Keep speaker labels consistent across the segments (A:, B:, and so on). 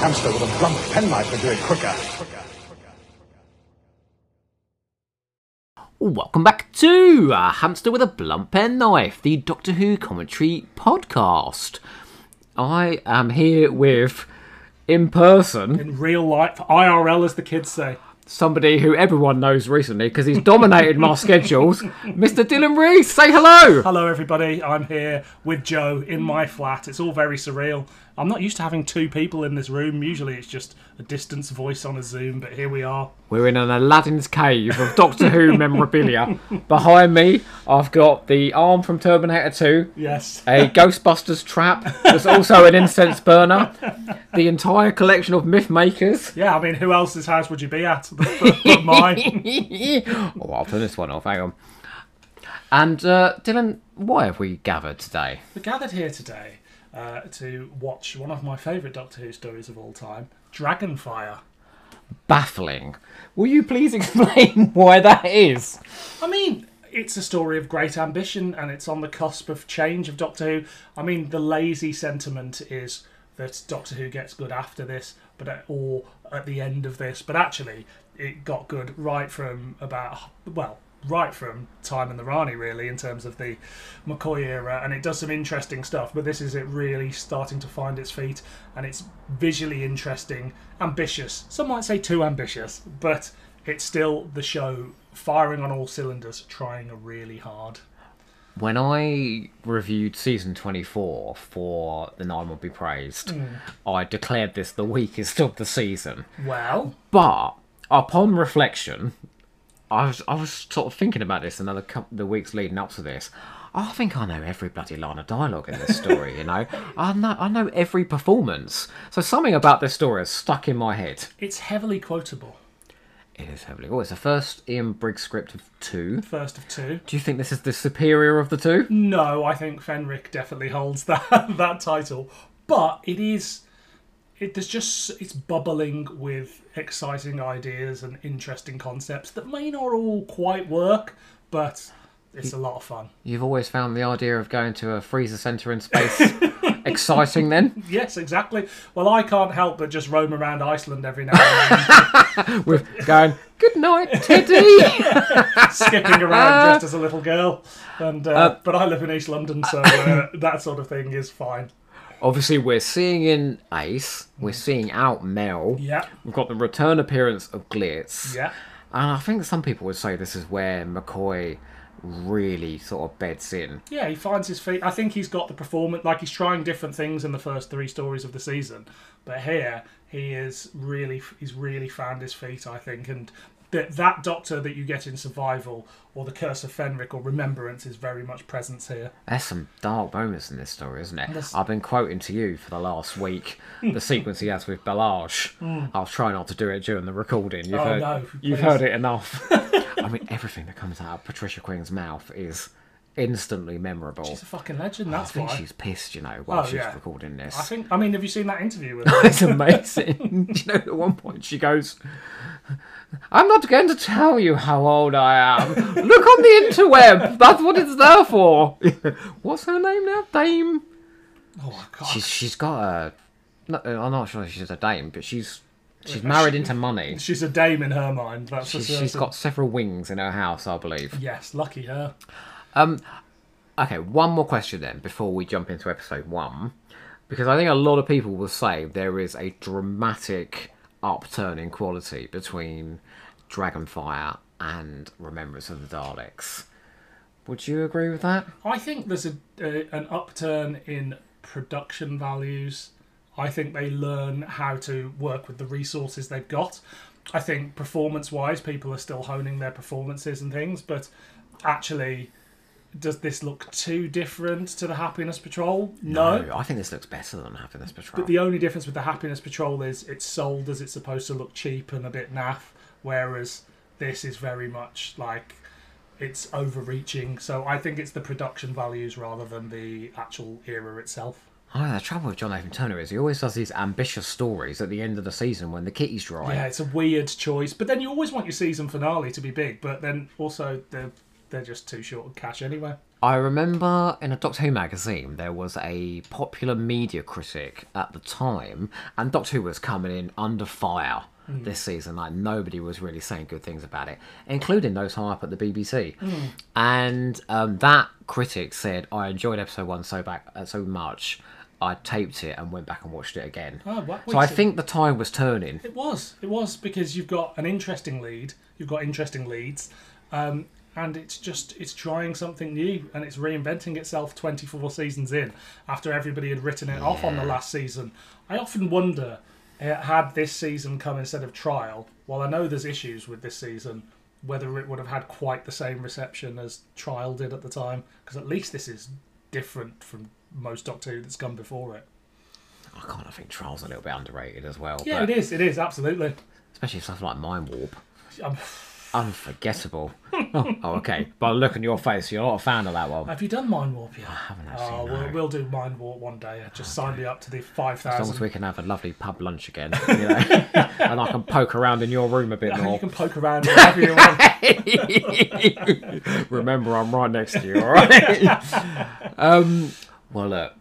A: hamster with a blunt penknife would do it quicker.
B: Welcome back to uh, Hamster with a Blunt Pen Knife, the Doctor Who commentary podcast. I am here with, in person,
C: in real life, IRL, as the kids say.
B: somebody who everyone knows recently because he's dominated my schedules, Mr. Dylan Reese. Say hello.
C: Hello, everybody. I'm here with Joe in my flat. It's all very surreal. I'm not used to having two people in this room. Usually, it's just a distance voice on a Zoom, but here we are.
B: We're in an Aladdin's cave of Doctor Who memorabilia. Behind me, I've got the arm from Terminator 2.
C: Yes.
B: a Ghostbusters trap. There's also an incense burner. The entire collection of myth makers.
C: Yeah, I mean, who else's house would you be at but, but mine?
B: oh, I'll turn this one off. Hang on. And uh, Dylan, why have we gathered today?
C: We're gathered here today uh, to watch one of my favourite Doctor Who stories of all time, Dragonfire.
B: Baffling. Will you please explain why that is?
C: I mean, it's a story of great ambition and it's on the cusp of change of Doctor Who. I mean, the lazy sentiment is that Doctor Who gets good after this, but at, or at the end of this, but actually, it got good right from about, well, right from Time in the Rani, really, in terms of the McCoy era, and it does some interesting stuff, but this is it really starting to find its feet, and it's visually interesting, ambitious. Some might say too ambitious, but it's still the show firing on all cylinders, trying really hard.
B: When I reviewed season 24 for The Nine Will Be Praised, I declared this the weakest of the season.
C: Well,
B: But upon reflection, I was I was sort of thinking about this another couple the weeks leading up to this. I think I know every bloody line of dialogue in this story. you know, I know I know every performance. So something about this story is stuck in my head.
C: it's heavily quotable.
B: It is heavily. Oh, it's the first Ian Briggs script of two.
C: First of two.
B: Do you think this is the superior of the two?
C: No, I think Fenric definitely holds that that title, but it is. It, there's just it's bubbling with exciting ideas and interesting concepts that may not all quite work, but it's a lot of fun.
B: You've always found the idea of going to a freezer center in space exciting. Then
C: Yes, exactly. Well, I can't help but just roam around Iceland every now and then,
B: with going good night, Teddy.
C: skipping around dressed as a little girl. And uh, but I live in East London, so uh, that sort of thing is fine.
B: Obviously, we're seeing in Ace, we're seeing out Mel.
C: Mm. Yeah,
B: We've got the return appearance of Glitz.
C: yeah.
B: And I think some people would say this is where McCoy really sort of beds in.
C: Yeah, he finds his feet. I think he's got the performance. Like he's trying different things in the first three stories of the season, but here he is really he's really found his feet. I think, and that that Doctor that you get in Survival or the Curse of Fenric or Remembrance is very much present here.
B: There's some dark moments in this story, isn't it?
C: There's-
B: I've been quoting to you for the last week the sequence he has with Belage. I'll try not to do it during the recording. You've,
C: Mm. Oh,
B: heard,
C: no,
B: you've
C: please.
B: heard it enough. I mean, everything that comes out of Patricia Queen's mouth is instantly memorable.
C: She's a fucking legend. That's
B: I think
C: why.
B: she's pissed, you know, while
C: Oh,
B: she's
C: yeah.
B: recording this.
C: I think. I mean, have you seen that interview with her?
B: It's amazing. you know, at one point she goes, I'm not going to tell you how old I am. Look on the interweb. That's what it's there for. What's her name now? Dame?
C: Oh my god.
B: She's, she's got a. No, I'm not sure if she's a dame, but she's she's married into money.
C: She's a dame in her mind. That's for
B: She's,
C: certain.
B: she's got several wings in her house, I believe.
C: Yes, lucky her.
B: Okay, one more question then before we jump into episode one. Because I think a lot of people will say there is a dramatic upturn in quality between Dragonfire and Remembrance of the Daleks. Would you agree with that?
C: I think there's a, a an upturn in production values. I think they learn how to work with the resources they've got. I think performance-wise, people are still honing their performances and things, but actually, does this look too different to the Happiness Patrol? No.
B: I think this looks better than Happiness Patrol.
C: But the only difference with the Happiness Patrol is it's sold as it's supposed to look cheap and a bit naff, whereas this is very much like it's overreaching. So I think it's the production values rather than the actual era itself.
B: I know, the Oh, trouble with Jonathan Turner is he always does these ambitious stories at the end of the season when the kitty's dry.
C: Yeah, it's a weird choice. But then you always want your season finale to be big, but then also they're, they're just too short of cash anyway.
B: I remember in a Doctor Who magazine there was a popular media critic at the time, and Doctor Who was coming in under fire
C: Mm.
B: this season. Like nobody was really saying good things about it, including those high up at the BBC.
C: Mm.
B: And um, that critic said, "I enjoyed episode one so back uh, so much." I taped it and went back and watched it again.
C: Oh, wow.
B: so I
C: Wait, so-
B: think the tide was turning.
C: It was. It was because you've got an interesting lead. You've got interesting leads, um, and it's just it's trying something new and it's reinventing itself. Twenty four seasons in, after everybody had written it off on the last season, I often wonder uh, had this season come instead of trial. While I know there's issues with this season, whether it would have had quite the same reception as trial did at the time. Because at least this is different from most Doctor Who that's come before it.
B: I kind of think Trial's a little bit underrated as well.
C: Yeah,
B: but
C: it is. It is absolutely.
B: Especially stuff like Mind Warp.
C: Um,
B: Unforgettable. oh, oh, okay. By the look on your face, you're not a fan of that one.
C: Have you done Mind Warp yet? I
B: haven't actually,
C: Oh,
B: no.
C: we'll, we'll do Mind Warp one day. Just sign me up to the
B: As long as
C: 5,000.
B: we can have a lovely pub lunch again, you know, and I can poke around in your room a bit
C: You
B: more.
C: can poke around wherever you want.
B: Remember, I'm right next to you, all right? um, well, look,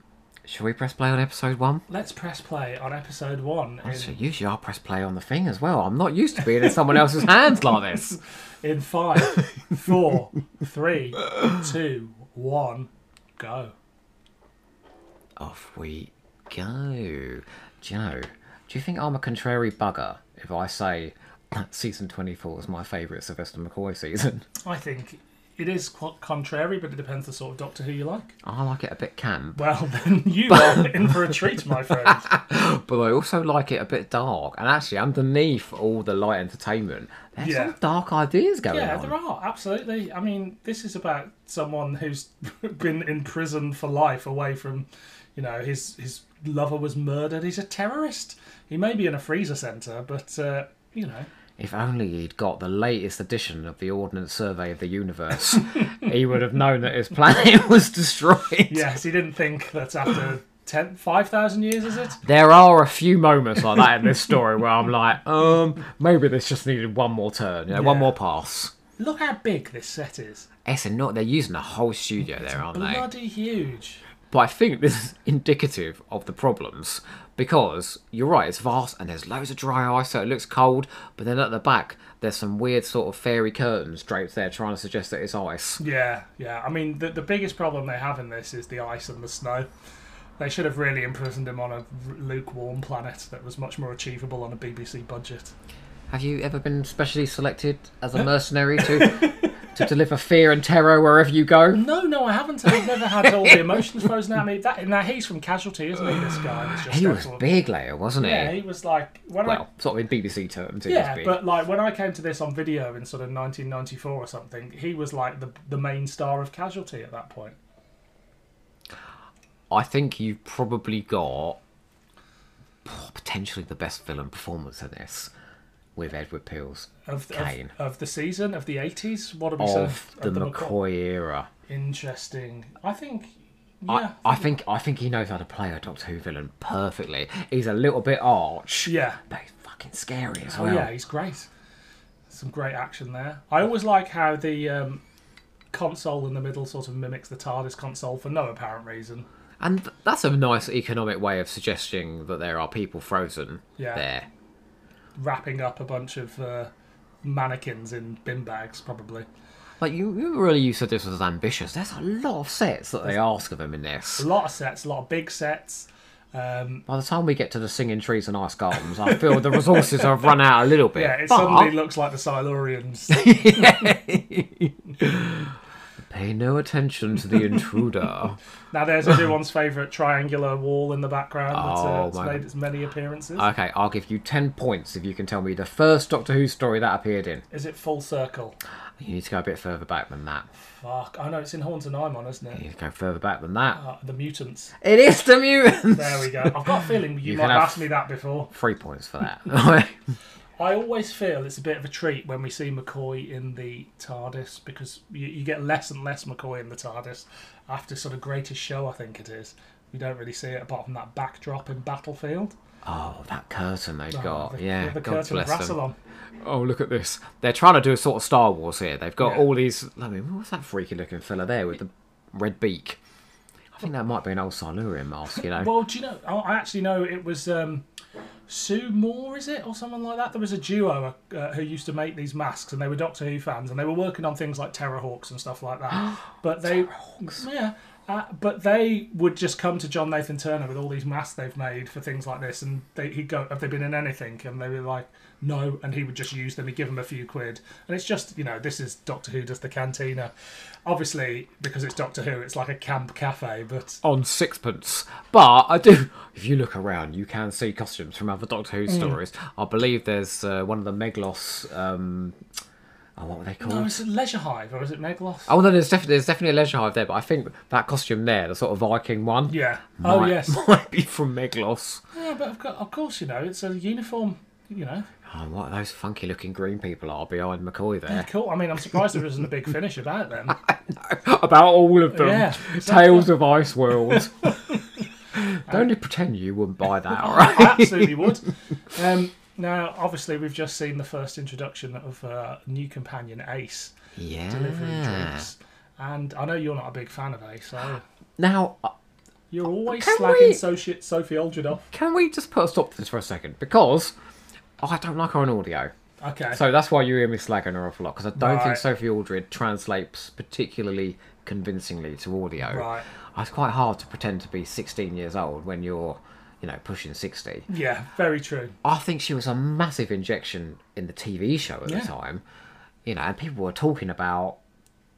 B: should we press play on episode one?
C: Let's press play on episode one
B: So usually I press play on the thing as well. I'm not used to being in someone else's hands like this.
C: in, in five, four, three, two, one, go.
B: Off we go. Joe, do you think I'm a contrary bugger if I say season 24 is my favourite Sylvester McCoy season?
C: I think it is quite contrary, but it depends the sort of Doctor Who you like.
B: I like it a bit camp,
C: Well, then you are in for a treat, my friend.
B: but I also like it a bit dark. And actually, underneath all the light entertainment, there's
C: Yeah.
B: some dark ideas going
C: Yeah,
B: on.
C: there are absolutely. I mean, this is about someone who's been in prison for life, away from, you know, his his lover was murdered. He's a terrorist. He may be in a freezer center, but uh, you know,
B: If only he'd got the latest edition of the Ordnance Survey of the Universe, he would have known that his planet was destroyed.
C: yes, he didn't think that after ten five thousand years, is it?
B: There are a few moments like that in this story where I'm like, um, maybe this just needed one more turn, you know, one
C: Yeah.
B: more pass.
C: Look how big this set is.
B: It's not they're using a whole studio there, aren't they?
C: Bloody huge.
B: But I think this is indicative of the problems because you're right, it's vast and there's loads of dry ice, so it looks cold. But then at the back, there's some weird sort of fairy curtains draped there, trying to suggest that it's ice.
C: Yeah, yeah. I mean, the, the biggest problem they have in this is the ice and the snow. They should have really imprisoned him on a r- lukewarm planet that was much more achievable on a BBC budget.
B: Have you ever been specially selected as a mercenary to to deliver fear and terror wherever you go?
C: No, no, I haven't. I've never had all the emotions frozen out of me. That now he's from Casualty, isn't he? This guy. That's just
B: He was
C: excellent.
B: big layer, wasn't he?
C: Yeah, he was like when
B: well, sort of in BBC terms,
C: I.
B: he was
C: Yeah,
B: big.
C: but like when I came to this on video in sort of 1994 or something, he was like the the main star of Casualty at that point.
B: I think you've probably got p- potentially the best villain performance in this with Edward Peel's
C: Of, of,
B: Kane.
C: of the season of the 80s, what have we said?
B: of the McCoy, era.
C: Interesting. I think.
B: I,
C: Yeah.
B: I think I think he knows how to play a Doctor Who villain perfectly. He's a little bit arch,
C: yeah.
B: but he's fucking scary as
C: Oh
B: well.
C: yeah, he's great. Some great action there. I always like how the um, console in the middle sort of mimics the TARDIS console for no apparent reason.
B: And th- that's a nice economic way of suggesting that there are people frozen
C: Yeah.
B: there.
C: Wrapping up a bunch of uh, mannequins in bin bags, probably.
B: Like you, you really you said this was ambitious. There's a lot of sets that they ask of him in this.
C: A lot of sets, a lot of big sets. Um,
B: By the time we get to the singing trees and ice gardens, I feel the resources have run out a little bit.
C: yeah, it
B: but
C: suddenly looks like the Silurians.
B: pay no attention to the intruder.
C: now there's everyone's favourite triangular wall in the background that
B: Oh,
C: uh, it's
B: my-
C: made its many appearances.
B: okay, I'll give you ten points if you can tell me the first Doctor Who story that appeared in.
C: Is it full circle?
B: You need to go a bit further back than that.
C: Fuck, I know it's in Horns and Imon, isn't
B: You
C: it?
B: need to go further back than that.
C: Uh, the mutants.
B: It is the mutants.
C: There we go. I've got a feeling
B: You
C: you, might
B: can
C: have
B: have-
C: asked me that before.
B: Three points for that.
C: I always feel it's a bit of a treat when we see McCoy in the TARDIS because you, you get less and less McCoy in the TARDIS after sort of Greatest Show, I think it is. You don't really see it apart from that backdrop in Battlefield.
B: oh, that curtain they've
C: Oh,
B: got.
C: the,
B: yeah,
C: the
B: God
C: curtain of
B: bless them.
C: Rassilon.
B: Oh, look at this. They're trying to do a sort of Star Wars here. They've got
C: Yeah.
B: all these. I mean, what's that freaky looking fella there with the. red beak. I think that might be an old Silurian mask, you know.
C: Well, do you know? I- I actually know it was um, Sue Moore, is it, or someone like that? There was a duo uh, who used to make these masks, and they were Doctor Who fans, and they were working on things like Terrorhawks and stuff like that. But they, yeah. Uh, but they would just come to John Nathan Turner with all these masks they've made for things like this, and they, he'd go, "Have they been in anything?" And they were like, "No," and he would just use them. He'd give them a few quid, and it's just you know this is Doctor Who does the cantina, obviously because it's Doctor Who, it's like a camp cafe, but
B: on sixpence. But I do. If you look around, you can see costumes from other Doctor
C: Mm.
B: Who stories. I believe there's uh, one of the Meglos. Um, oh, what were they called?
C: No, is it Leisure Hive or is it Megaloth?
B: Oh no, there's definitely there's definitely a leisure hive there, but I think that costume there, the sort of Viking one,
C: Yeah.
B: might,
C: oh yes.
B: might be from Meglos.
C: yeah, but of, co- of course you know it's a uniform. You know,
B: Oh, what those funky looking green people are behind McCoy there.
C: cool. I mean, I'm surprised there isn't a big finish about them.
B: About all of them,
C: Yeah,
B: Tales of Ice World. Don't you pretend you wouldn't buy that, alright?
C: I absolutely would. Um, now, obviously, we've just seen the first introduction of uh, new companion Ace
B: Yeah.
C: delivering drinks, and I know you're not a big fan of Ace, so
B: Now, uh,
C: you're always
B: Can
C: slagging
B: we-
C: Soci- Sophie Aldred off.
B: can we just put a stop to this for a second? Because I don't like her on audio.
C: Okay.
B: So that's why you hear me slagging her off a lot, because I don't think
C: Right.
B: Sophie Aldred translates particularly convincingly to audio.
C: Right.
B: It's quite hard to pretend to be 16 years old when you're, you know, pushing 60.
C: yeah, very true.
B: I think she was a massive injection in the TV show at
C: Yeah.
B: the time, you know, and people were talking about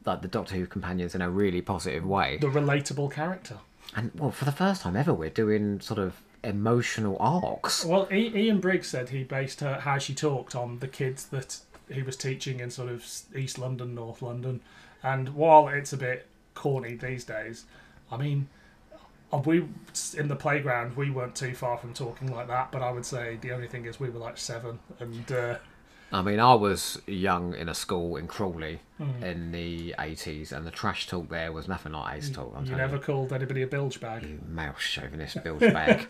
B: like the Doctor Who companions in a really positive way.
C: The relatable character.
B: And well, for the first time ever, we're doing sort of emotional arcs.
C: Well, I- Ian Briggs said he based her how she talked on the kids that he was teaching in sort of s- East London, North London, and while it's a bit corny these days, I mean, uh, we in the playground we weren't too far from talking like that, but I would say the only thing is we were like seven, and uh,
B: I mean, I was young in a school in Crawley
C: Hmm.
B: in the 80s, and the trash talk there was nothing like ace talk. I'm
C: you
B: telling
C: never called anybody a bilge bag.
B: you. Male chauvinist bilge bag.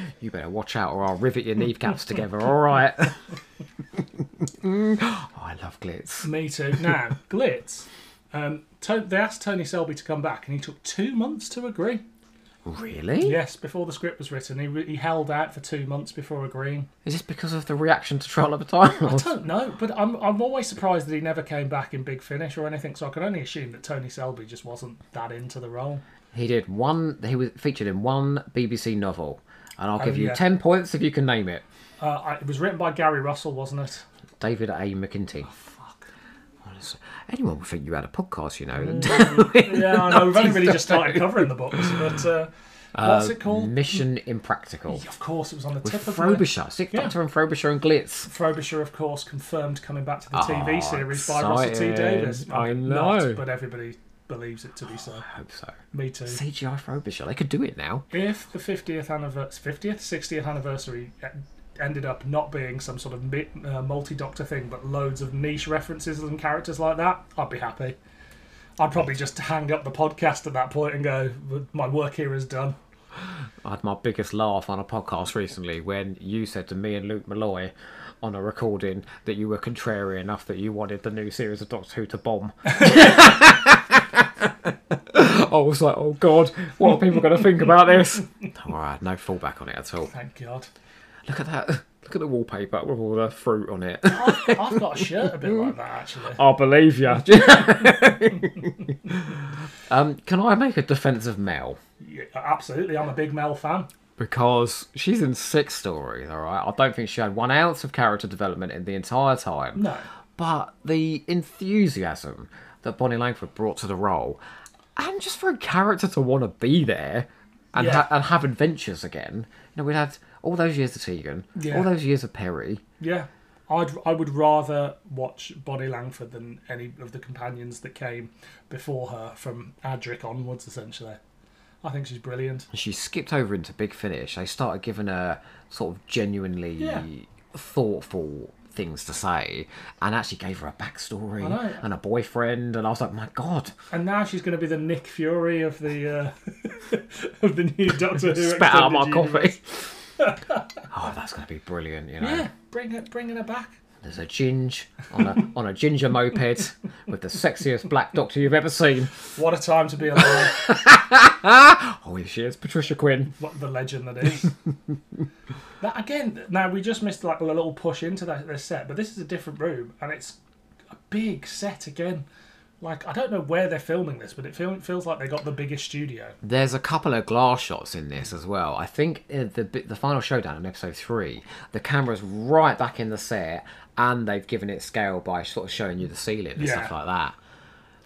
B: you better watch out, or I'll rivet your kneecaps together. All right. oh, I love glitz.
C: Me too. Now, Glitz. Um, to- they asked Tony Selby to come back, and he took two months to agree.
B: Really?
C: Yes, before the script was written, he, re- he held out for two months before agreeing.
B: Is this because of the reaction to Trial of the Time?
C: I don't know, but I'm I'm always surprised that he never came back in Big Finish or anything. So I can only assume that Tony Selby just wasn't that into the role.
B: He did one. He was featured in one BBC novel, and I'll give you
C: Oh, yeah.
B: ten points if you can name it.
C: Uh, I, it was written by Gary Russell, wasn't it?
B: David A. McKinty. Honestly, Anyone would think you had a podcast, you know.
C: Yeah, I know. We've only really just started covering the books, but uh, what's it called?
B: Mission Impractical.
C: Of course, it was on the tip of my-
B: Frobisher, Sick Doctor and Frobisher and Glitz.
C: Frobisher, of course, confirmed coming back to the TV series by Russell T
B: excited.
C: Davis.
B: Ah, I
C: I'm
B: know.
C: not, but everybody believes it to be so.
B: I hope so.
C: Me too.
B: CGI Frobisher, they could do it now.
C: if the 50th anniversary 50th 60th anniversary e- ended up not being some sort of mi- uh, multi-doctor thing but loads of niche references and characters like that i'd be happy i'd probably just hang up the podcast at that point and go my work here is done
B: I had my biggest laugh on a podcast recently when you said to me and Luke Malloy on a recording that you were contrary enough that you wanted the new series of Doctor Who to bomb. I was like, oh god, what are people going to think about this? Alright, no fallback on it at all.
C: thank god
B: Look at that. Look at the wallpaper with all the fruit on it.
C: i've got a shirt a bit like that actually
B: I believe you. um, can I make a defense of Mel?
C: Yeah, absolutely i'm a big mel fan
B: because she's in six stories, all right? I don't think she had one ounce of character development in the entire time.
C: no
B: But the enthusiasm that Bonnie Langford brought to the role, and just for a character to want to be there and,
C: Yeah.
B: ha- and have adventures again, you know, we'd had all those years of Tegan,
C: Yeah.
B: all those years of Perry.
C: yeah I'd, I would rather watch Bonnie Langford than any of the companions that came before her from Adric onwards, essentially. I think she's brilliant.
B: She skipped over into Big Finish. They started giving her sort of genuinely
C: Yeah.
B: thoughtful things to say and actually gave her a backstory
C: know.
B: and a boyfriend and I was like, My God,
C: And now she's going to be the Nick Fury of the uh, of the new Doctor Who.
B: spat out my
C: extended universe.
B: coffee. oh, that's going to be brilliant, you know.
C: Yeah, bring her, bringing her back.
B: There's a ginge on a on a ginger moped with the sexiest black doctor you've ever seen.
C: What a time to be alive!
B: Holy shit, it's Patricia Quinn.
C: what the legend that is. that again. Now we just missed like a little push into that this set, but this is a different room and it's a big set again. Like I don't know where they're filming this, but it feel, feels like they got the biggest studio.
B: There's a couple of glass shots in this as well. I think in the bit- the final showdown in episode three, the camera's right back in the set, and they've given it scale by sort of showing you the ceiling and stuff
C: Yeah.
B: like that.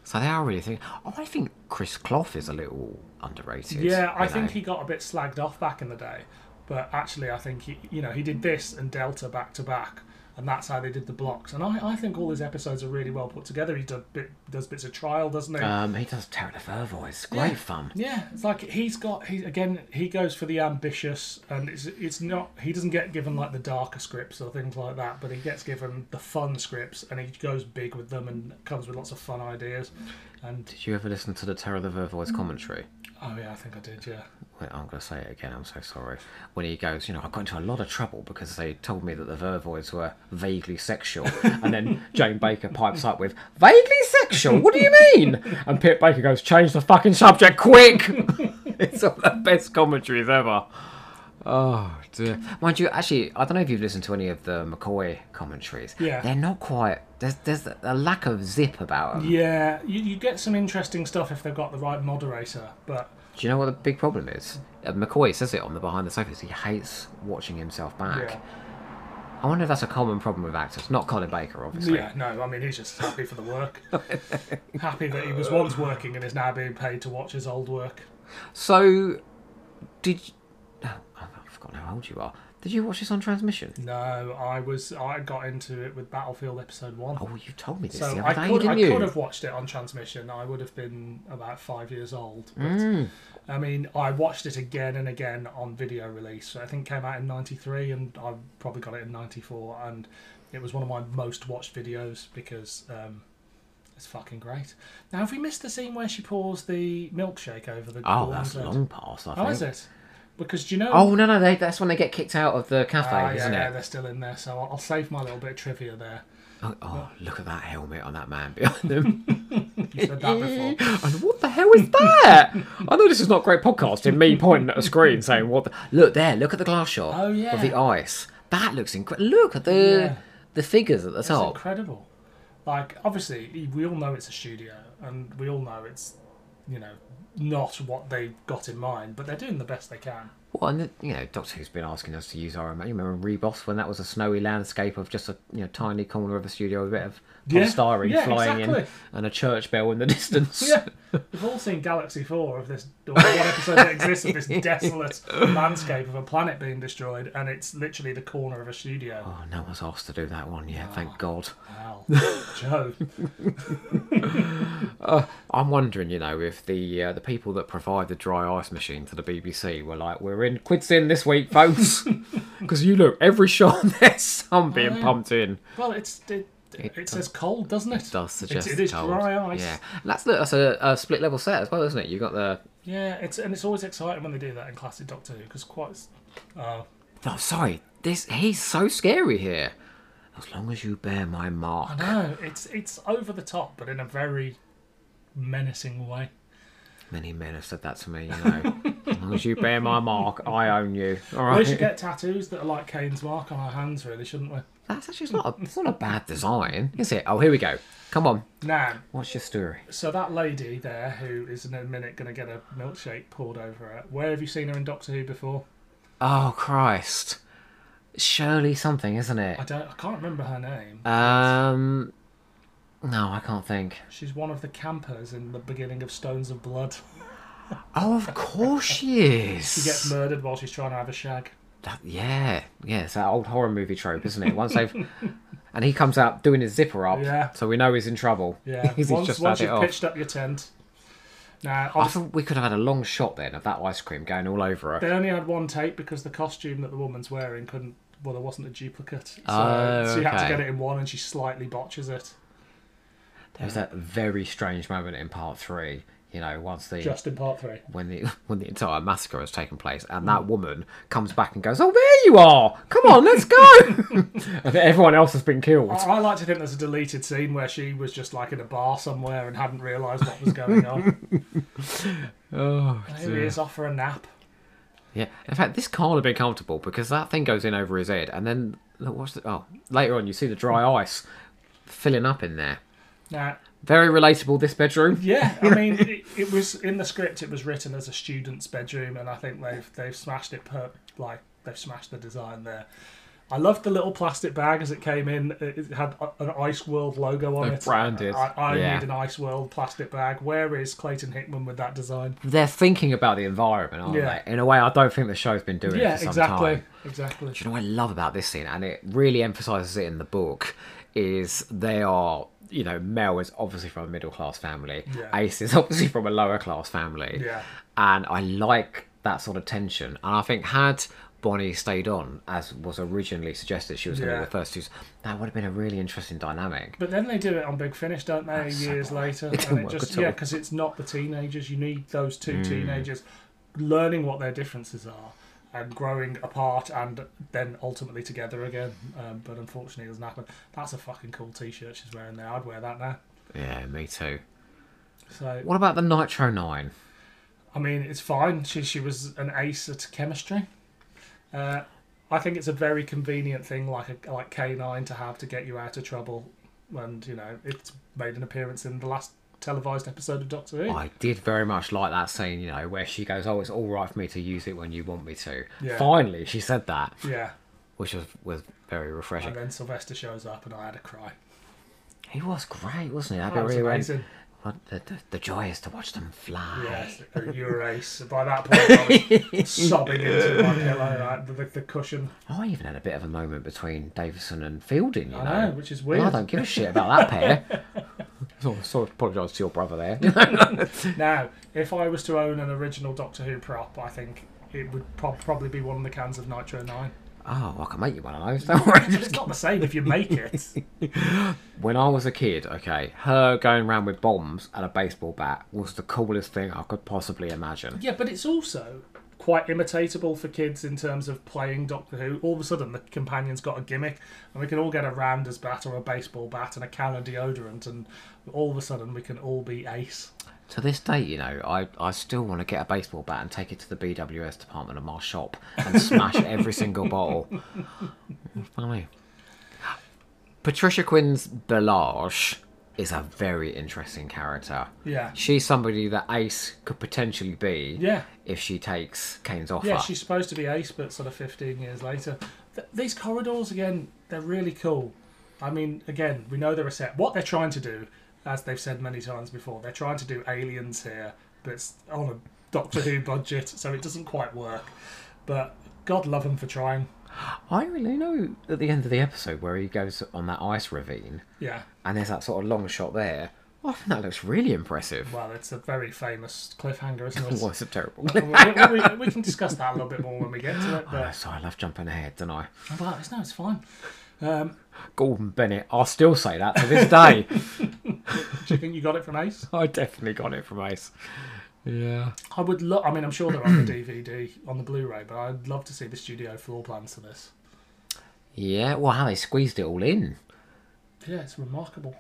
B: So they are really thinking. Oh, I think Chris Clough is a little underrated.
C: Yeah, I
B: you
C: think
B: know.
C: he got a bit slagged off back in the day, but actually, I think he, you know, he did this and Delta back to back, and that's how they did the blocks. And I, I think all his episodes are really well put together. He does bit, does bits of trial, doesn't he?
B: Um, he does Terra the Fur voice. Great fun.
C: yeah, it's like he's got he again. He goes for the ambitious, and it's it's not. He doesn't get given like the darker scripts or things like that, but he gets given the fun scripts, and he goes big with them, and comes with lots of fun ideas. And
B: Did you ever listen to the Terra the Fur
C: Mm.
B: voice commentary?
C: oh yeah, I think I did. Yeah,
B: Wait, I'm going to say it again. I'm so sorry. When he goes, you know, I got into a lot of trouble because they told me that the Vervoids were vaguely sexual, and then Jane Baker pipes up with vaguely sexual. What do you mean? And Pip Baker goes, change the fucking subject quick. it's one of the best commentaries ever. Oh dear. Mind you, actually, I don't know if you've listened to any of the McCoy commentaries.
C: Yeah.
B: They're not quite. There's there's a lack of zip about them.
C: Yeah, you, you get some interesting stuff if they've got the right moderator, but
B: Do you know what the big problem is? Uh, McCoy says it on the Behind the Sofas. He hates watching himself back.
C: yeah,
B: I wonder if that's a common problem with actors. Not Colin Baker, obviously.
C: yeah, no, I mean he's just happy for the work, happy that he was once working and is now being paid to watch his old work.
B: So, did you... Oh, I've forgotten how old you are. Did you watch this on transmission?
C: No, I was I got into it with Battlefield Episode One,
B: Oh, you told me this
C: so
B: the
C: I
B: other day,
C: could
B: didn't
C: I
B: you?
C: could have watched it on transmission. I would have been about five years old. But,
B: Mm.
C: I mean, I watched it again and again on video release. I think it came out in '93, and I probably got it in '94, and it was one of my most watched videos because. Um, it's fucking great. Now, have we missed the scene where she pours the milkshake over the?
B: Oh,
C: the
B: that's
C: one's head?
B: long past, I
C: Oh,
B: think.
C: is it? Because do you know?
B: Oh, no, no, they, that's when they get kicked out of the cafe,
C: Ah, yeah,
B: isn't
C: yeah,
B: it?
C: they're still in there. So I'll, I'll save my little bit of trivia there.
B: Oh, oh, look at that helmet on that man behind them.
C: You said that before.
B: and what the hell is that? I know this is not great podcasting, me pointing at a screen saying, what the... Look there, look at the glass shot
C: Oh, yeah.
B: of the ice. That looks incredible. Look at the
C: Yeah.
B: the figures at the
C: It's
B: top.
C: incredible. Like, obviously, we all know it's a studio, and we all know it's, you know, not what they got in mind, but they're doing the best they can.
B: Well, and you know, Doctor Who's been asking us to use our. You remember in Reboss when that was a snowy landscape of just a you know tiny corner of a studio with a bit of
C: Yeah,
B: polystyrene
C: yeah,
B: flying in
C: exactly.
B: and a church bell in the distance.
C: Yeah, we've all seen Galaxy 4 of this, or one episode that exists of this desolate landscape of a planet being destroyed, and it's literally the corner of a studio.
B: Oh, no one's asked to do that one yet. Thank God.
C: Wow. Joe.
B: I'm wondering, you know, if the uh, the people that provide the dry ice machine to the BBC were like, "We're in quids in this week, folks," because you look every shot there's some being
C: yeah.
B: pumped in.
C: Well, it's. It, it, says cold, doesn't it? It
B: Does suggest
C: it is
B: cold.
C: dry ice.
B: Yeah, and that's look, that's a, a split level set as well, isn't it? You got the
C: Yeah, it's and it's always exciting when they do that in classic Doctor Who because quite. Oh,
B: No, sorry. This he's so scary here. As long as you bear my mark.
C: No, it's it's over the top, but in a very menacing way.
B: Many men have said that to me, you know. as long as you bear my mark, I own you. All
C: We
B: right.
C: should get tattoos that are like Kane's mark on our hands, really, shouldn't we?
B: That's actually it's not. A, it's not a bad design, is it? Oh, here we go. Come on.
C: Now,
B: What's your story?
C: so that lady there who is in a minute going to get a milkshake poured over her. Where have you seen her in Doctor Who before?
B: Oh Christ. Shirley something, isn't
C: I
B: it?
C: don't. I can't remember her name.
B: Um. No, I can't think.
C: She's one of the campers in the beginning of Stones of Blood.
B: Oh, of course she is.
C: She gets murdered while she's trying to have a shag.
B: That, yeah, yeah, it's that old horror movie trope, isn't it? Once they've and he comes out doing his zipper up,
C: Yeah.
B: so we know he's in trouble.
C: Yeah.
B: he's
C: once
B: just
C: once
B: had it
C: you've
B: off.
C: pitched up your tent. Now,
B: I
C: obviously,
B: thought we could have had a long shot then of that ice cream going all over
C: They
B: her.
C: only had one tape because the costume that the woman's wearing couldn't. Well, there wasn't a duplicate, so
B: Oh,
C: she had to
B: okay.
C: get it in one, and she slightly botches it.
B: There's that very strange moment in part three. You know, once the
C: Just in part three.
B: when the when the entire massacre has taken place, and that woman comes back and goes, "Oh, there you are! Come on, let's go!" and everyone else has been killed.
C: I I like to think there's a deleted scene where she was just like in a bar somewhere and hadn't realised what was going on.
B: Oh,
C: Here he is off for a nap.
B: yeah. In fact, this can't have been comfortable because that thing goes in over his head, and then look, what's the, oh later on you see the dry ice filling up in there.
C: Now,
B: Very relatable. This bedroom.
C: yeah, I mean, it, it was in the script. It was written as a student's bedroom, and I think they've they've smashed it per like they've smashed the design there. I loved the little plastic bag as it came in. It it had a- an Ice World logo on
B: They've
C: it.
B: branded,
C: I, I
B: yeah.
C: need an Ice World plastic bag. Where is Clayton Hickman with that design?
B: They're thinking about the environment, aren't
C: Yeah.
B: they? In a way, I don't think the show's been doing it
C: Yeah,
B: for some
C: exactly,
B: time.
C: exactly.
B: Do you know what I love about this scene, and it really emphasizes it in the book, is they are, you know, Mel is obviously from a middle class family,
C: Yeah.
B: Ace is obviously from a lower class family,
C: Yeah.
B: and I like that sort of tension. And I think had Bonnie stayed on, as was originally suggested, she was going to
C: Yeah.
B: be the first two, that would have been a really interesting dynamic.
C: But then they do it on Big Finish, don't they?
B: That's so
C: years
B: boring.
C: later,
B: It didn't
C: and it
B: work
C: just
B: at all.
C: yeah, because it's not the teenagers. You need those two
B: Mm.
C: teenagers learning what their differences are and growing apart, and then ultimately together again. Um, but unfortunately, it doesn't happen. That's a fucking cool T-shirt she's wearing there. I'd wear that now.
B: Yeah, me too.
C: So
B: What about the Nitro Nine?
C: I mean, it's fine. She she was an ace at chemistry. Uh, I think it's a very convenient thing, like a like K nine, to have to get you out of trouble. And you know, it's made an appearance in the last televised episode of Doctor Who.
B: I did very much like that scene, you know, where she goes, "Oh, it's all right for me to use it when you want me to."
C: Yeah.
B: Finally, she said that.
C: Yeah,
B: which was was very refreshing.
C: and then Sylvester shows up, and I had a cry.
B: He was great, wasn't he? I
C: That was
B: really went,
C: amazing.
B: "What- the, the, the joy is to watch them fly.
C: Yes, you're an ace. By that point, I was sobbing into my pillow, like the, the, the cushion.
B: Oh, I even had a bit of a moment between Davison and Fielding, you know.
C: I know, which is
B: And I
C: weird.
B: don't give a shit about that pair. so, so apologise to your brother there.
C: Now, if I was to own an original Doctor Who prop, I think it would prob- probably be one of the cans of Nitro Nine.
B: oh, I can make you one of those. Don't worry.
C: It's not the same if you make it.
B: When I was a kid, okay, her going around with bombs and a baseball bat was the coolest thing I could possibly imagine.
C: Yeah, but it's also quite imitatable for kids in terms of playing Doctor Who. All of a sudden, the companion's got a gimmick, and we can all get a rounders bat or a baseball bat and a can of deodorant, and all of a sudden, we can all be ace.
B: To this day, you know, I, I still want to get a baseball bat and take it to the BWS department of my shop and smash every single bottle. Funny. Patricia Quinn's Belage is a very interesting character.
C: Yeah.
B: She's somebody that Ace could potentially be
C: Yeah.
B: if she takes Kane's offer.
C: Yeah, she's supposed to be ace, but sort of 15 years later. Th- these corridors, again, they're really cool. I mean, again, we know they're a set. What they're trying to do, as they've said many times before, they're trying to do aliens here, but it's on a Doctor Who budget, so it doesn't quite work. But God love them for trying.
B: I really know at the end of the episode where he goes on that ice ravine
C: Yeah.
B: and there's that sort of long shot there. I think that looks really impressive.
C: Well, it's a very famous cliffhanger, isn't
B: Well,
C: it?
B: it's a terrible.
C: we, we, we can discuss that a little bit more when we get to it.
B: Oh,
C: But,
B: so I love jumping ahead, don't I?
C: well, it's, no, it's fine. Um,
B: Gordon Bennett. I'll still say that to this day.
C: do you think you got it from Ace?
B: I definitely got it from Ace. Yeah.
C: I would love. I mean, I'm sure they're on the DVD, on the Blu-ray, but I'd love to see the studio floor plans for this.
B: Yeah. Well, how they squeezed it all in.
C: Yeah, it's remarkable.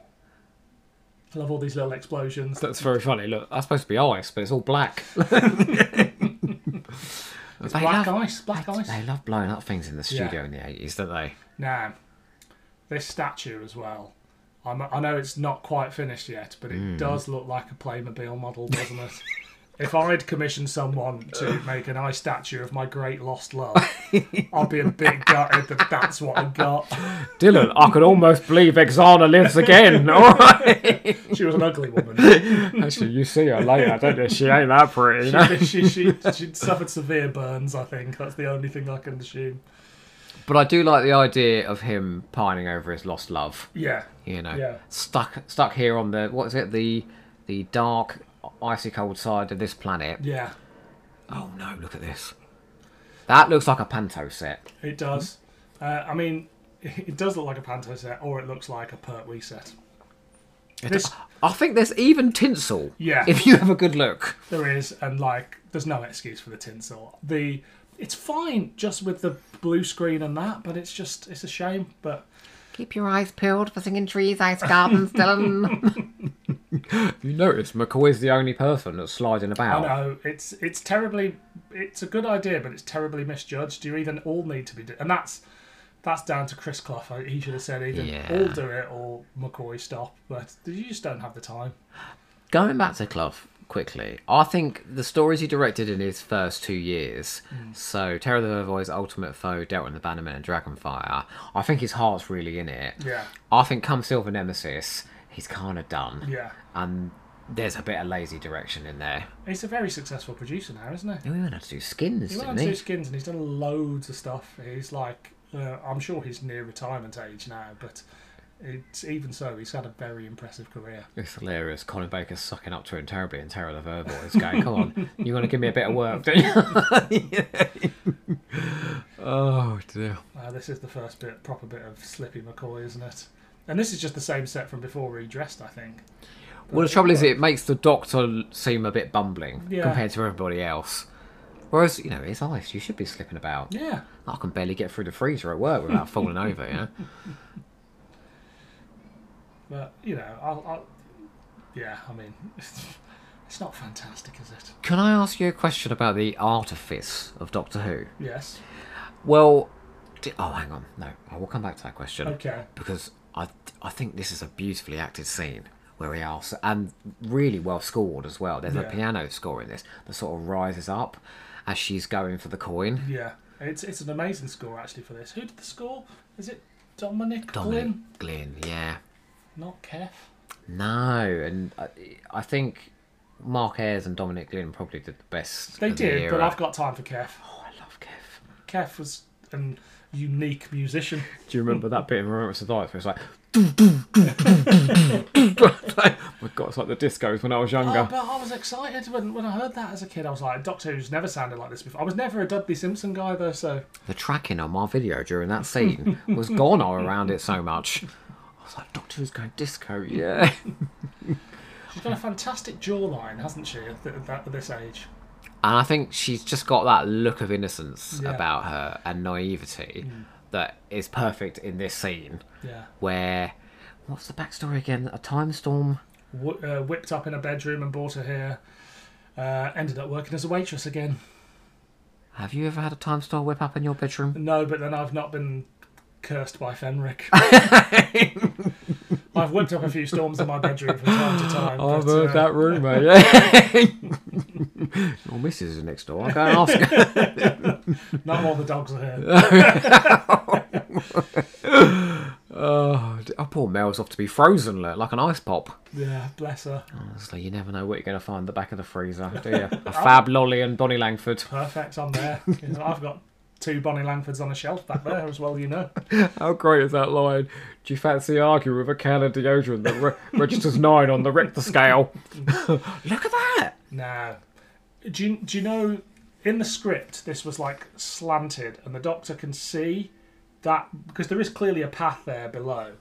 C: I love all these little explosions.
B: That's very funny. Look, that's supposed to be ice, but it's all black.
C: It's
B: They
C: black
B: love-
C: ice, black ice.
B: They love blowing up things in the studio
C: Yeah.
B: in the eighties, don't they?
C: Now, this statue as well. I'm, I know it's not quite finished yet, but it does look like a Playmobil model, doesn't it? if I'd commissioned someone to make an ice statue of my great lost love, I'd be a bit gutted that that's what I got.
B: Dylan, I could almost believe Exana lives again. All right.
C: She was an ugly woman.
B: Actually, you see her later, don't you? She ain't that pretty.
C: she, she, she suffered severe burns, I think. That's the only thing I can assume.
B: But I do like the idea of him pining over his lost love.
C: Yeah.
B: you know
C: Yeah.
B: stuck stuck here on the what is it the the dark icy cold side of this planet
C: Yeah,
B: oh no look at this that looks like a panto set
C: it does. Uh, I mean, it does look like a Panto set, or it looks like a Pertwee set. This
B: I think there's even tinsel.
C: Yeah.
B: If you have a good look.
C: there is, and like, there's no excuse for the tinsel. The it's fine just with the blue screen and that, but it's just it's a shame. But
B: Keep your eyes peeled for singing trees, ice gardens, Dylan. you notice McCoy's the only person that's sliding
C: I
B: about.
C: know it's it's terribly it's a good idea, but it's terribly misjudged. You even all need to be, do- and that's that's down to Chris Clough. I- He should have said either
B: Yeah.
C: all do it or McCoy stop, but you just don't have the time.
B: Going back to Clough quickly, I think the stories he directed in his first two years,
C: Mm.
B: so Terror of the Voice, Ultimate Foe, Dealt in the Bannerman, and Dragonfire, I think his heart's really in it.
C: Yeah.
B: I think Come Silver Nemesis, he's kind of done.
C: Yeah,
B: And there's a bit of lazy direction in there.
C: he's a very successful producer now, isn't
B: He
C: he?
B: went on to do skins,
C: He went on
B: didn't
C: to
B: he?
C: do skins and he's done loads of stuff. He's like, uh, I'm sure he's near retirement age now, but it's even so, he's had a very impressive career.
B: It's hilarious. Colin Baker's sucking up to him terribly in Terror of the Voice, going, come on, you want to give me a bit of work, don't you? oh, dear.
C: Uh, this is the first bit, proper bit of Slippy McCoy, isn't it? And this is just the same set from before redressed, I think.
B: Well, the trouble is, it makes the Doctor seem a bit bumbling
C: Yeah.
B: compared to everybody else. Whereas, you know, it's ice. You should be slipping about.
C: Yeah.
B: I can barely get through the freezer at work without falling over, you know?
C: But, you know, I'll. I'll yeah, I mean, it's not fantastic, is it?
B: Can I ask you a question about the artifice of Doctor Who?
C: Yes.
B: Well, d oh, hang on. No, I will come back to that question.
C: Okay.
B: Because I, I think this is a beautifully acted scene where we are, s- and really well scored as well. There's a
C: Yeah.
B: piano score in this that sort of rises up as she's going for the coin.
C: Yeah. It's it's an amazing score, actually, for this. Who did the score? Is it Dominic,
B: Dominic
C: Glynn?
B: Glynn, yeah.
C: Not Kef.
B: No, and I, I think Mark Ayres and Dominic Glynn probably did the best.
C: They
B: of the
C: did, but
B: era.
C: I've got time for Kef.
B: Oh, I love Kev.
C: Kef was an unique musician.
B: Do you remember that bit in Remembrance of the Daleks where it's like. "Doo, doo, doo, doo, doo, doo." My God, it's like the discos when I was
C: Oh,
B: younger.
C: but I was excited when, when I heard that as a kid. I was like, Doctor Who's never sounded like this before. I was never a Dudley Simpson guy though, so
B: The tracking on my video during that scene was gone all around it so much. I was like, Doctor Who's going disco, yeah.
C: she's got a fantastic jawline, hasn't she? At, th- at this age,
B: And I think she's just got that look of innocence
C: Yeah.
B: about her and naivety that is perfect in this scene.
C: yeah,
B: where what's the backstory again? A time storm.
C: w- uh, whipped up in a bedroom and brought her here. Uh, ended up working as a waitress again.
B: Have you ever had a time storm whip up in your bedroom?
C: No, but then I've not been cursed by Fenric. I've whipped up a few storms in my bedroom from time to time. but, uh,
B: rumour. Yeah. Your missus is next door. I can't ask. her.
C: Not while the dogs are here.
B: oh, d- oh, poor Mel's off to be frozen look, like an ice pop.
C: yeah, bless her.
B: Honestly, you never know what you're going to find at the back of the freezer, do you? A Fab Lolly and Bonnie Langford.
C: Perfect, I'm there. You know, I've got two Bonnie Langfords on a shelf back there as well, you know.
B: How great is that line? Do you fancy arguing with a can of deodorant that re- registers nine on the Richter scale? look at that.
C: Now, do you, do you know in the script this was like slanted, and the doctor can see that because there is clearly a path there below.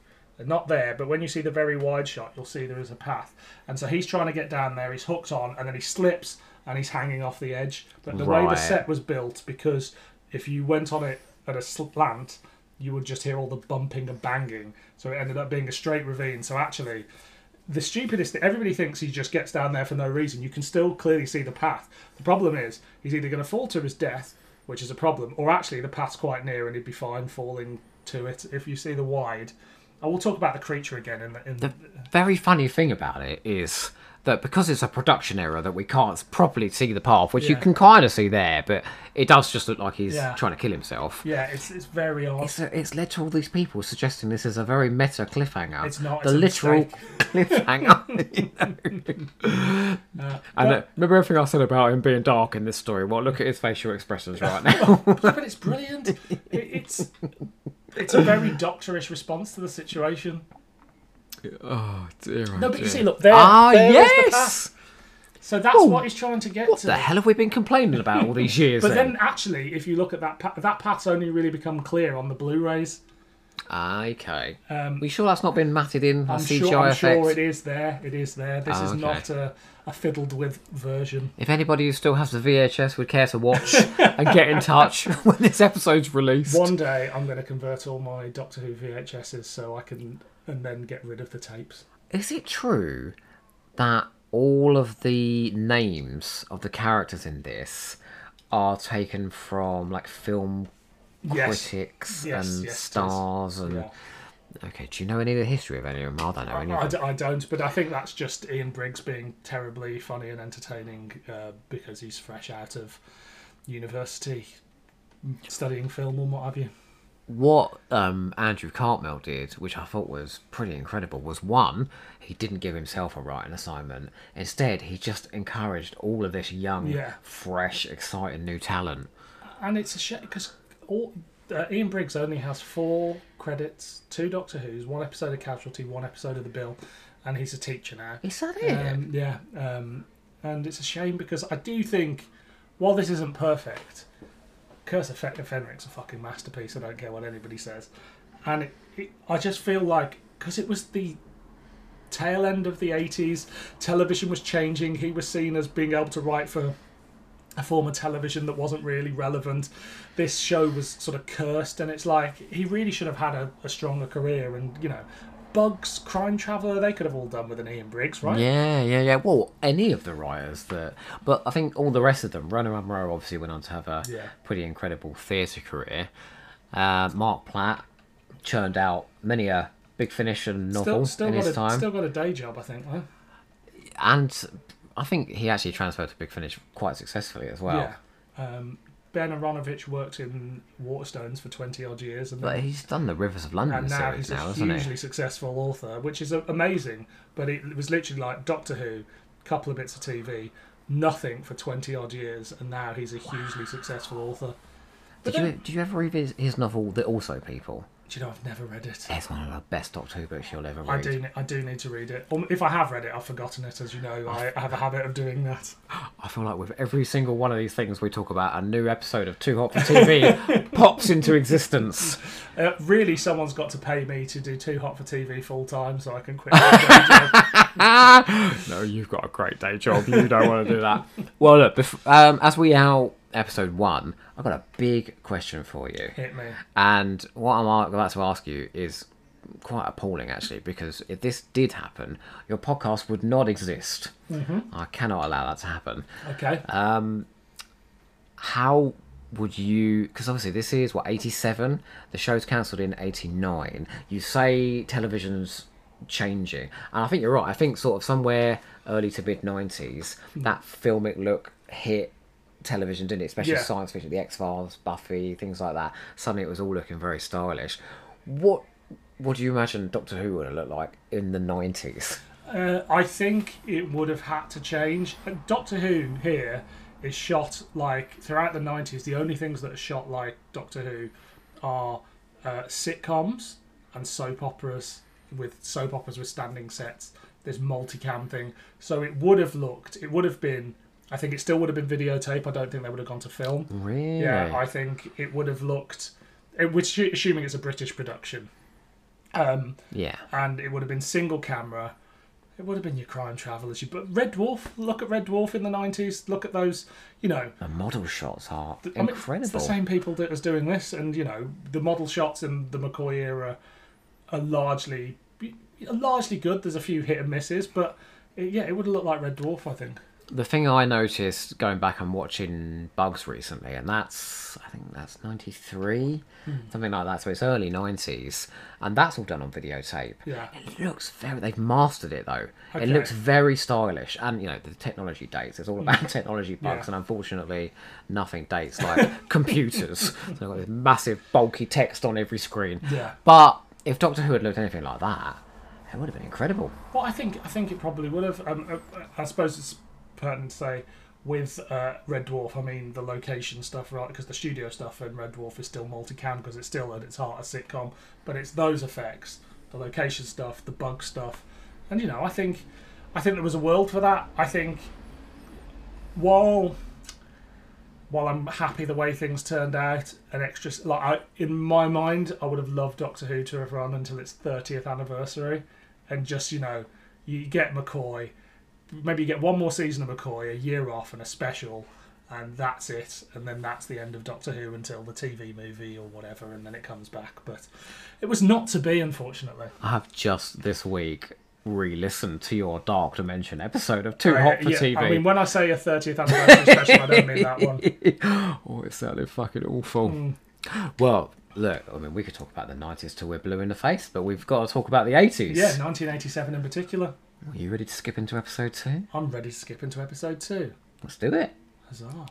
C: Not there, but when you see the very wide shot, you'll see there is a path. And so he's trying to get down there, he's hooked on, and then he slips and he's hanging off the edge. But the way the
B: Right.
C: set was built, because if you went on it at a slant, you would just hear all the bumping and banging. So it ended up being a straight ravine. So actually, the stupidest thing everybody thinks he just gets down there for no reason you can still clearly see the path the problem is he's either going to fall to his death which is a problem or actually the path's quite near and he'd be fine falling to it if you see the wide i will talk about the creature again in the, in the,
B: very funny thing about it is that because it's a production error that we can't properly see the path, which you
C: Yeah.
B: can kind of see there, but it does just look like he's
C: Yeah.
B: trying to kill himself.
C: yeah it's it's very odd
B: It's, it's led to all these people suggesting this is a very meta cliffhanger.
C: It's not,
B: the
C: it's a
B: literal cliffhanger. you know. and uh, remember everything I said about him being dark in this story. Well, look at his facial expressions right now.
C: but it's brilliant it, it's it's a very doctorish response to the situation
B: oh dear.
C: no but you see look there
B: ah
C: there is the path.
B: yes.
C: so that's
B: Oh,
C: what he's trying to get
B: What
C: to
B: the hell have we been complaining about all these years?
C: but then actually if you look at that path that path's only really become clear on the blu-rays
B: Okay. Um, we sure that's not been matted in? by
C: I'm
B: CGI
C: sure, I'm sure
B: effects?
C: it is there. It is there. This
B: Ah,
C: is
B: okay.
C: not a, a fiddled with version.
B: If anybody who still has the VHS would care to watch and get in touch when this episode's released.
C: One day I'm going to convert all my Doctor Who VHSs so I can and then get rid of the tapes.
B: Is it true that all of the names of the characters in this are taken from like film
C: Yes.
B: critics
C: Yes,
B: and
C: yes, it is.
B: stars and
C: Yeah.
B: okay do you know any of the history of any of them i don't know any
C: I,
B: of them
C: d- I don't, but I think that's just Ian Briggs being terribly funny and entertaining uh, because he's fresh out of university studying film and what have you.
B: what um andrew cartmel did which i thought was pretty incredible was one he didn't give himself a writing assignment instead he just encouraged all of this young
C: Yeah.
B: fresh exciting new talent
C: And it's a shame because all. Uh, Ian Briggs only has four credits, two Doctor Who's, one episode of Casualty, one episode of The Bill, and he's a teacher now.
B: is that it
C: Um, yeah, um, and it's a shame because I do think, while this isn't perfect, Curse of Fe- of Fenric's a fucking masterpiece. I don't care what anybody says, and it, it, I just feel like because it was the tail end of the '80s, television was changing. He was seen as being able to write for a form of television that wasn't really relevant. This show was sort of cursed, and it's like he really should have had a, a stronger career. And you know, Bugs, Crime Traveller, they could have all done with an Ian Briggs, right?
B: Yeah, yeah, yeah. Well, any of the writers that, but I think all the rest of them. Ronald Munro obviously went on to have a
C: Yeah.
B: pretty incredible theatre career. Uh, Mark Platt churned out many a big finish and novel
C: Still, still
B: in
C: got
B: his
C: a,
B: time,
C: still got a day job, I think. Huh?
B: and I think he actually transferred to big finish quite successfully as well.
C: Yeah. Um, ben Aronovich worked in Waterstones for twenty odd years, and,
B: But
C: then,
B: he's done the Rivers of London
C: and now
B: series
C: he's
B: now,
C: a
B: isn't he?
C: hugely successful author, which is a- amazing. But it, it was literally like Doctor Who, couple of bits of TV, nothing for twenty odd years, and now he's a hugely successful author.
B: Did you did you ever read his, his novel, The Also People?
C: Do you know I've never read it.
B: It's one of the best Doctor Who books you'll ever read.
C: I do. ne- I do need to read it. Um, If I have read it, I've forgotten it. As you know, I I have a habit of doing that.
B: I feel like with every single one of these things we talk about, a new episode of Too Hot for TV pops into existence.
C: Uh, really, someone's got to pay me to do Too Hot for TV full time so I can quit. my day job.
B: No, you've got a great day job. You don't want to do that. Well, look, bef- um, as we out episode one, I've got a big question for you.
C: Hit me.
B: And what I'm a- about to ask you is quite appalling, actually, because if this did happen, your podcast would not exist. I cannot allow that to happen.
C: Okay.
B: how would you because obviously this is what 87 the show's cancelled in 89 you say television's changing and i think you're right i think sort of somewhere early to mid 90s
C: Hmm.
B: that filmic look hit television didn't it especially
C: Yeah.
B: science fiction the x-files buffy things like that suddenly it was all looking very stylish what what do you imagine doctor who would have looked like in the 90s
C: Uh, I think it would have had to change. Uh, Doctor Who here is shot like throughout the 90s, the only things that are shot like Doctor Who are uh, sitcoms and soap operas with soap operas with standing sets, this multicam thing. So it would have looked, it would have been, I think it still would have been videotape. I don't think they would have gone to film.
B: really
C: Yeah, I think it would have looked, it, which assuming it's a British production. Um,
B: yeah
C: and it would have been single camera. It would have been your crime travelers. You, but Red Dwarf, look at Red Dwarf in the nineties. Look at those, you know.
B: the model shots are
C: I mean,
B: incredible
C: it's the same people that was doing this, and you know the model shots in the McCoy era are largely are largely good. There's a few hit and misses, but it, yeah, it would have looked like Red Dwarf, I think.
B: The thing I noticed going back and watching Bugs recently, and that's I think that's ninety three,
C: Hmm.
B: something like that. So it's early nineties, and that's all done on videotape.
C: Yeah.
B: It looks very. They've mastered it though. It
C: Okay.
B: looks very stylish, and you know the technology dates. It's all about technology bugs,
C: Hmm. Yeah.
B: and unfortunately, nothing dates like computers. So they've got this massive bulky text on every screen.
C: Yeah.
B: But if Doctor Who had looked anything like that, it would have been incredible.
C: Well, I think I think it probably would have. Um, uh, uh, I suppose it's pertinent to say with uh, Red Dwarf. I mean the location stuff, right? Because the studio stuff in Red Dwarf is still multicam because it's still at its heart a sitcom. But it's those effects, the location stuff, the bug stuff, and you know, I think I think there was a world for that. I think while while I'm happy the way things turned out, an extra like I, in my mind, I would have loved Doctor Who to have run until its 30th anniversary, and just you know, you get McCoy, maybe you get one more season of McCoy, a year off, and a special, and that's it, and then that's the end of Doctor Who until the TV movie or whatever, and then it comes back. But it was not to be, unfortunately.
B: I have just this week re-listened to your Dark Dimension episode of Too
C: Uh,
B: Hot for
C: yeah,
B: TV.
C: I mean, when I say a 30th anniversary special, I don't mean that one.
B: oh, it sounded fucking awful.
C: Mm.
B: Well, look, I mean, we could talk about the 90s till we're blue in the face, but we've got to talk about the 80s.
C: Yeah, 1987 in particular.
B: Are you ready to skip into episode two?
C: I'm ready to skip into episode two.
B: Let's do it.
C: Huzzah.